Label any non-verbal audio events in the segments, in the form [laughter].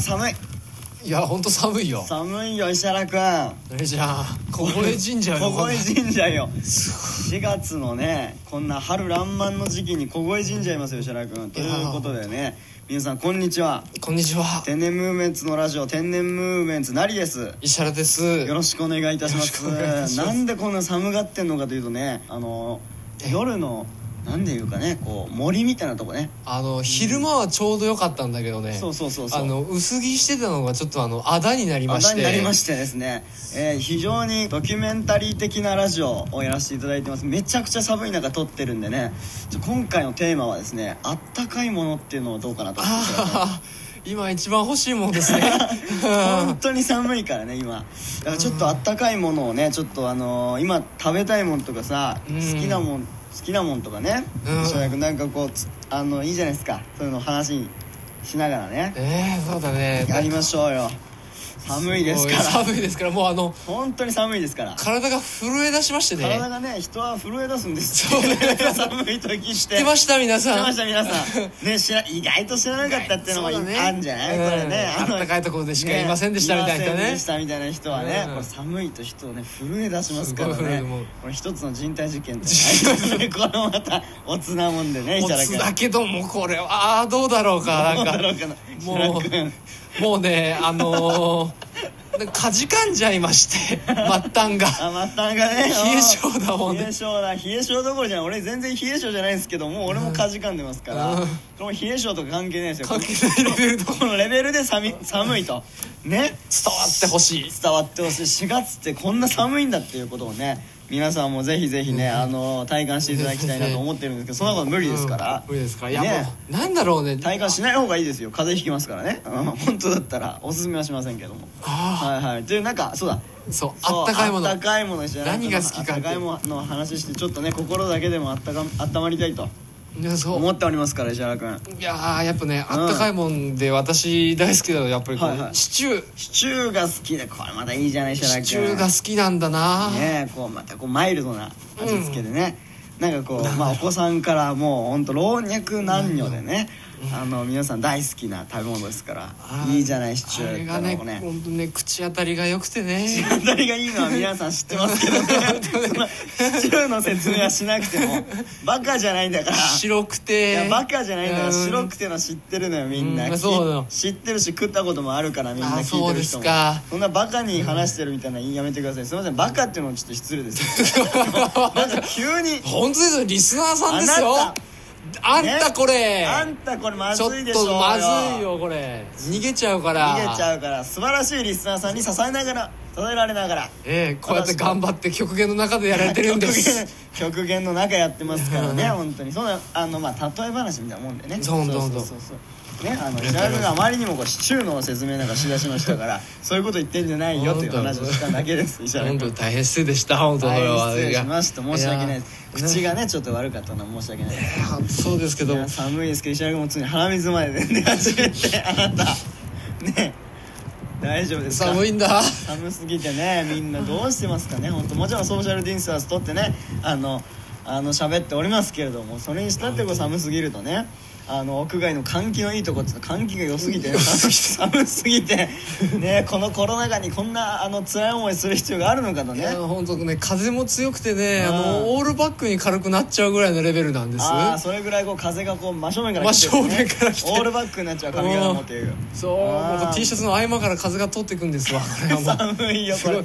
寒いいやほんと寒いよ寒いよ石原くんえじゃあここで神社よ小越神社よ4月のねこんな春らんまんの時期に小越神社いますよ石原君ということでね皆さんこんにちはこんにちは天然ムーブメンツのラジオ天然ムーブメンツなりです石原ですよろしくお願いいたしますよろしくお願いいたしますなんでこんな寒がってんのかというとねあのえ夜のなんでいうかねこう森みたいなとこねあの昼間はちょうど良かったんだけどねそうそうそうそうあの薄着してたのがちょっとあのあだになりまして話題になりましてですね、えー非常にドキュメンタリー的なラジオをやらせていただいてますめちゃくちゃ寒い中撮ってるんでねちょ今回のテーマはですねあったかいものっていうのをどうかなと思ってますけどねあー [laughs] 今一番欲しいもんで [laughs] すね本当に寒いからね今だからちょっとあったかいものをねちょっとあのー今食べたいもんとかさうん好きなもん好きなもんとかねうん翔也君なんかこうつあのいいじゃないですかそういうの話にしながらねえー、そうだねやりましょうよ寒いですから寒いですからもうあの本当に寒いですから体が震え出しまして体ねがね人は震え出すんですそうね寒い時して知ってました皆知っさてんました皆さんね知ら意外と知らなかったっていうのもそうだねあるんじゃない、これねうんのあったかいところでしかいませんでしたみたいなねませんでしたみたいな人はね、うんこれ寒いと人をね震え出しますからすごい震ねえるもうこれ一つの人体実験って [laughs] これもまたおつなもんでねいおただつけだけどもこれはあーどうだろうかなんかどうだろうかなも平君うもうねあのーなんかかじかんじゃいまして末端があまたがね冷え性だもんね冷え性だ冷え性どころじゃない俺全然冷え性じゃないんですけどもう俺もかじかんでますから、うんこの冷え性とか関係ないですよ関係ないレベルとこのレベルで寒い寒いとね伝わってほしい伝わってほしい4月ってこんな寒いんだっていうことをね皆さんもぜひぜひね、あの体感していただきたいなと思ってるんですけどそんなこと無理ですから、うん無理ですからいや、ねもうなんだろうね体感しない方がいいですよ風邪ひきますからね、うん、本当だったらおすすめはしませんけどもあはいはいというなんかそうだあそうそうあったかいものあったかいものじゃない何が好きかってあったかいものの話してちょっとね心だけでもあったかあったまりたいといやそう思っておりますから石原君いやーやっぱねあったかいもんで私大好きなのやっぱりこう、はいはいシチューシチューが好きでこれまたいいじゃない石原シ君チューが好きなんだな、ねえこうまたこうマイルドな味付けでね、なんかこう、まあ、お子さんからもうほんと老若男女でね、あの皆さん大好きな食べ物ですからあーいいじゃないシチューあってれのがもねね本当ね口当たりが良くてね口当たりがいいのは皆さん知ってます [laughs] けどねそのシチューの説明はしなくてもバカじゃないんだから白くいてやバカじゃないんだからうん白くてのは知ってるのよみんな、うんきそうだよ知ってるし食ったこともあるからみんなあ聞いてる人そうですもかそんなバカに話してるみたいな言いやめてくださいすいませんバカっていうのもちょっと失礼ですよなんか急に [laughs] 本当ですよリスナーさんですよああんねたこれ、あんたこれまちずょっいでしょうとまずいよこれ逃げちゃうから逃げちゃうから素晴らしいリスナーさんに支えながら支えられながらええこうやって頑張って極限の中でやられてるんです極限極 [laughs] 限の中やってますからね本当にそんなあのまあ例え話みたいなもんでねそうそうそうそうそうねあの平井君があまりにもこうシチューの説明なんかしだしましたからそういうこと言ってんじゃないよっていう話をしただけです石原本当君大変失礼でした本当こ大れは変失礼しました申し訳ないですや口がねちょっと悪かったのは申し訳ないですいや本当そうですけいどや寒いですけど石原君もついに鼻水まで出始めてあな [laughs] たね大丈夫ですか寒いんだ寒すぎてねみんなどうしてますかね本当もちろんソーシャルディンスタンスとってねあのあの喋っておりますけれどもそれにしたってこう寒すぎるとねあの屋外の換気のいいとこって換気が良すぎてね、寒すぎてねこのコロナ禍にこんなあの辛い思いする必要があるのかといねや本当ね風も強くてねあうんのオールバックに軽くなっちゃうぐらいのレベルなんですああそれぐらいこう風がこう真正面からてる、真正面から来てるオールバックになっちゃう髪型もっていうそうあー本当 T シャツの合間から風が通っていくんで [laughs] すわこれはもう寒いよすこごれい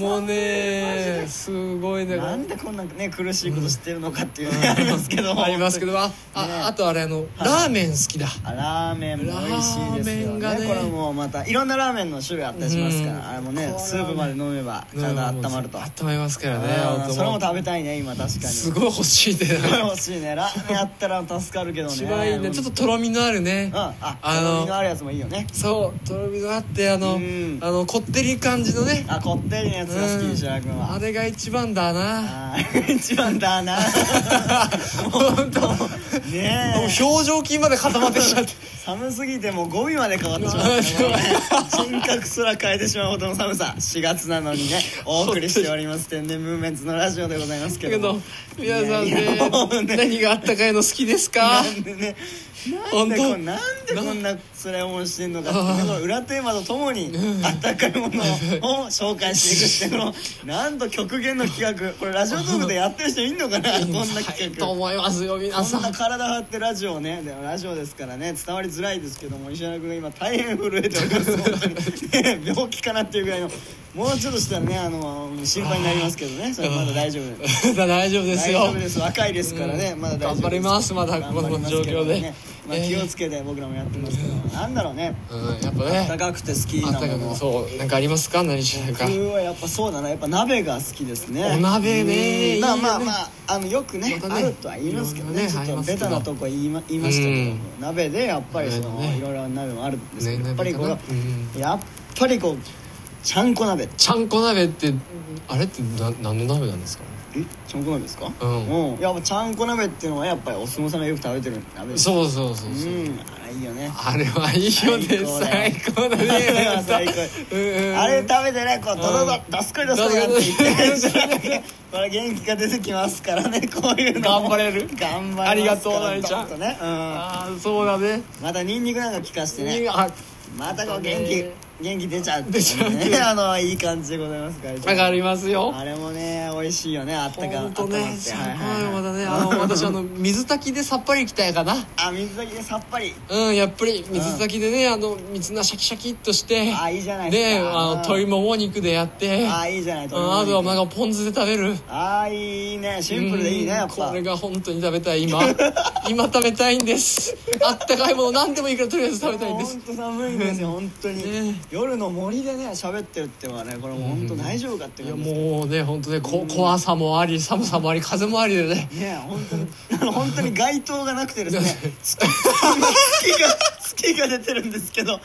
もうねすごいねなんでこんなね苦しいこと知ってるのかっていうね、ありますけどもありますけどあねああとあれあのラーメン好きだあラーメンも美味しいですよラーメンねがねこれもまたいろんなラーメンの種類あったりしますから、うんあれもねこれはねスープまで飲めば体温まると、温まりますからねうん本当それも食べたいね今確かにすすごい欲しいでご [laughs] い欲しいねラーメンあったら助かるけどね一番いいねちょっととろみのあるねうんああのののあるやつもいいよねそうとろみのあってあのうんあのこってり感じのねあこってりのやつが好き石原君はあれが一番だなあー [laughs] 一番だな本当ねえ [laughs] もう表情筋まで固まってきちゃって寒すぎてもう語尾まで変わってしまったもうね人 [laughs] 格すら変えてしまうほどの寒さ4月なのにねお送りしております天然ムーブメンツのラジオでございますけけどもど皆さんいやいやもうね何があったかいの好きですなかんでねなん本で当こんなんでこんな辛い思いしてんのかっていうねこの裏テーマとともにあったかいもの [laughs] を紹介していくってこのなんと極限の企画これラジオトークでやってる人いんのかなこんなはい企と画思いますよ皆そさんんな体張ってラジオねでもラジオですからね伝わりづらいですけども石原君が今大変震えております本当に、ね病気かなっていうぐらいのもうちょっとしたらねあの心配になりますけどねそれまだ大丈夫です [laughs] 大丈夫ですよ大丈夫です若いですからね、うんまだ大丈夫です頑張りますまだ頑張りますけどこの状況でまあ、えー気をつけて僕らもやってますけど、なんだろうねうんやっぱ暖ねかくて好きあっなたかもくのそうなんかありますか何しないか僕はやっぱそうだなやっぱ鍋が好きですねお鍋ねうんまあいいよねまあまああのよくね,、またあねるとは言いますけどねいろいちょっとろねありますけベどタなとこ言い,、ま、言いましたけど、うん鍋でやっぱりその、ねいろいろな鍋もあるんですけど、ねやっぱりこれは鍋かなうやっぱりこうちゃんこ鍋ちゃんこ鍋ってあれってな何の鍋なんですかえちゃんこ鍋ですかうんうん、やっぱちゃんこ鍋っていうのはやっぱりお相撲さんがよく食べてる鍋ですそうそうそうそううんあれいいよねあれはいいよね最最高だねあれは最高うんうんあれ食べてねこうドドドうんどすこいどすこいやって言ってこれ元気が出てきますから [laughs] ねこういうのも頑張れる頑張りますからありがとう大ちゃどんどとねうんああそうだねまたニンニクなんか効かしてねあまたこう元気ね元気出ちゃうって出ちゃうね [laughs] あのいい感じでございますからわかりますよあれもね美味しいよねあったか本当温まねってすはいごいはいまだはいねあの私あの水炊きでさっぱりいきたいかなあ水炊きでさっぱりうんやっぱり水炊きでねあの水菜シャキシャキっとしてあいいじゃないですかであのうん鶏もも肉でやってうんあいいじゃないとあとはなんかポン酢で食べるあいいねシンプルでいいねやっうんぱこれが本当に食べたい [laughs] 今今食べたいんですあったかいもの何でもいいからとりあえず食べたいんです本当寒いん [laughs] ですよ本当に、ね夜の森でね喋ってるってのはねこれもう本当大丈夫かっていいやうももうね本当ねこ怖さもあり寒さもあり風もありでねうね本当に [laughs] あの本当に街灯がなくてですね月が月が [laughs] 出てるんですけど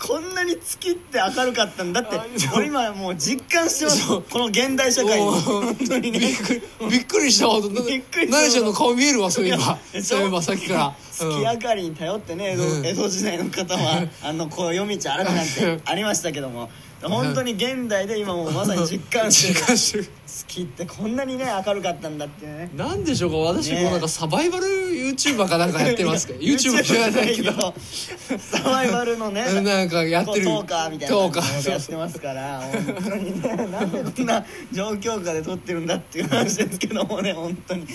こんなに月って明るかったんだって俺今もう実感してますこの現代社会におー本当にねびっくりびっくりしたほどなびっくりしたほどなえちゃんの顔見えるわそういえばいやそういえばさっきからうん月明かりに頼ってね江戸,、うん江戸時代の方 [laughs] はあのこう夜道歩くなんてありましたけども本当に現代で今もうまさに実感してる実感してる月ってこんなにね明るかったんだってねなんでしょうか私ねもうなんかサバイバル YouTuber かなんかやってますけ [laughs] ど YouTuber じゃないけどサバイバルのねなんかやってるトーカーみたいなトーカー感じでやってますから本当にねなんでこんな状況下で撮ってるんだっていう話ですけどもね本当に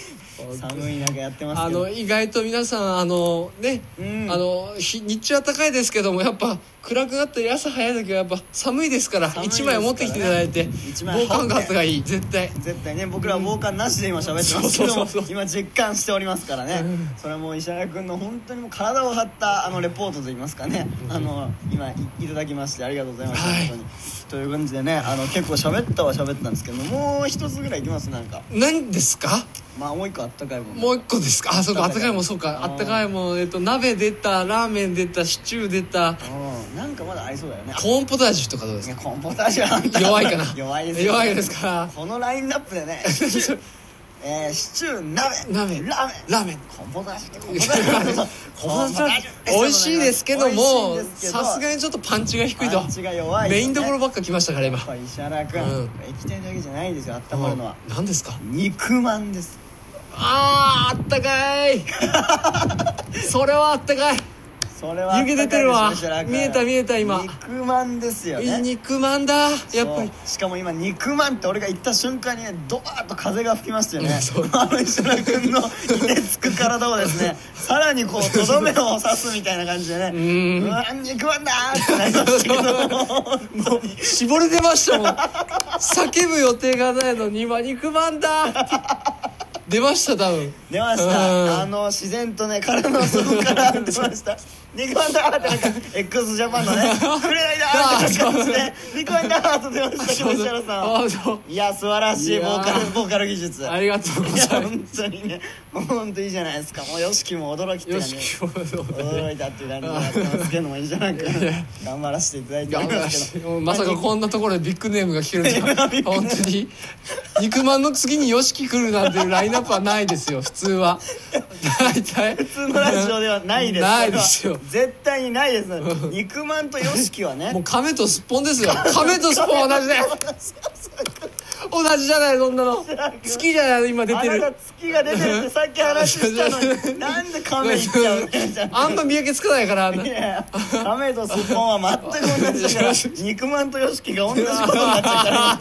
寒い中やってますあけどの意外と皆さんあのね、うんあの日日中は高いですけどもやっぱ暗くなったり朝早い時はやっぱ寒いですから寒いです一からね枚持ってきていただいて一枚羽織防って寒ガスがいい絶対絶対ね僕らは防寒なしで今喋ってますけどそもうそうそうそう今実感しておりますからねそれはもう石原君の本当にもう体を張ったあのレポートといいますかねあの今いいただきましてありがとうございました、はい本当にという感じでねあの結構喋ったは喋ったんですけどもう一つぐらいいきますなんか何ですかまあもう一個あったかいもんねもう一個ですかあそうかあったかいもんそうかああーったかいもんえっと鍋出たラーメン出たシチュー出たうんなんかまだありそうだよねコーンポタージュとかどうですねかコンポタージュはあんた弱いかな弱いですよ弱いですか [laughs] このラインナップでね [laughs] えー、シチュー鍋鍋ラーメンラーメンコンポタージュコンポタージュコーンポタージュ美味しいですけどもさすがににちょっとパンチが低いとパンチが弱いよねメインどころばっか来ましたから今やっぱ石原君、うんこれ液体だけじゃないですよ温まるのは、うん何ですか肉まんですあーあったか [laughs] いそれはあったかいそれはあったかいです湯気出てるわ石原君見えた見えた今肉まんですよねいい肉まんだやっぱりそうしかも今肉まんって俺が言った瞬間にねドバーッと風が吹きましたよねうんそうあの石原君のいてつく体をです [laughs] ねさらにこうとどめを刺すみたいな感じでねん [laughs] うわ肉まんだーってなりましたけど本当 [laughs] に絞れてましたもん叫ぶ予定がないのに今肉まんだ出ました多 [laughs] 分出ましうんたあの自然とね体の底から出ま [laughs] した肉まんだーってなんか x ジャパンのね「くれないだー」って感じで肉まんだーと出ましたけど石原さんはあそういや素晴らしいいやボーーカルボーカル技術ありがとうごいやざいま本当にね本当いいじゃないですかもう YOSHIKI も驚きってすよ感しじきもそうだね驚いたっていう感じでやってますけどもいいじゃないか頑張らせていただいておりますけど [laughs] まさかこんなところでビッグネームが聞けるとは本当に肉まんの次によしき来るなんていうラインナップはないですよ普通は大体普普通のラジオではないですないですよこれは絶対にないです肉まんとよしきはねもう亀とすっぽんですよ亀とすっぽん同じだよ同じじゃないそんなの好きじゃないの今出あてなるた月が出てるってさっき話した [laughs] のになんで亀行っちゃうねじゃあんま見分けつかない [laughs] からあんないや亀とすっぽんは全く同じ [laughs] だから肉まんとよしきが同じことになっちゃうから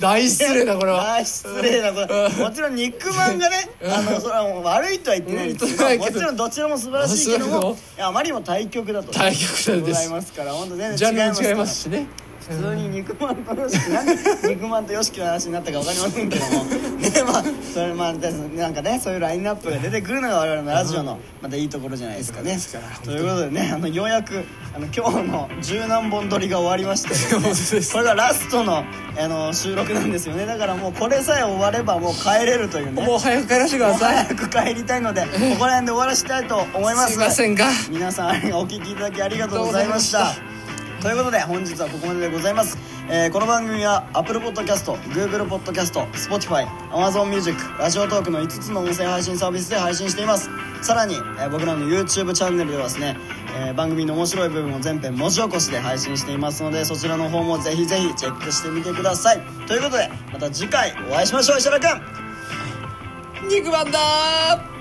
大失礼だこれはあー失礼なこれもちろん肉まんがねあのそれはもう悪いとは言ってないですけうんどもちろんどちらも素晴らしいけどそうそうもいやあまりにも対極だと対極だですございますから本当全ジャンル然違いますかも違いらますしね普通に肉まんとよしきなんで肉まんとよしきの話になったかわかりませんけどもねまあそれまあなんかねそういうラインナップが出てくるのが我々のラジオのまたいいところじゃないですかねということでねあのようやくあの今日の十何本撮りが終わりましてですね、本当ですこれがラストのあの収録なんですよねだからもうこれさえ終わればもう帰れるというねもう早く帰らせてください早く帰りたいのでここら辺で終わらせたいと思いますすいませんが皆さんお聞きいただきありがとうございましたありがとうということで本日はここまででございます、えーこの番組は Apple Podcast、Google Podcast、Spotify、Amazon Music、ラジオトークの5つの音声配信サービスで配信していますさらに、えー僕らの YouTube チャンネルではですね、えー番組の面白い部分を全編文字起こしで配信していますのでそちらの方もぜひぜひチェックしてみてくださいということでまた次回お会いしましょう石原君肉まんだー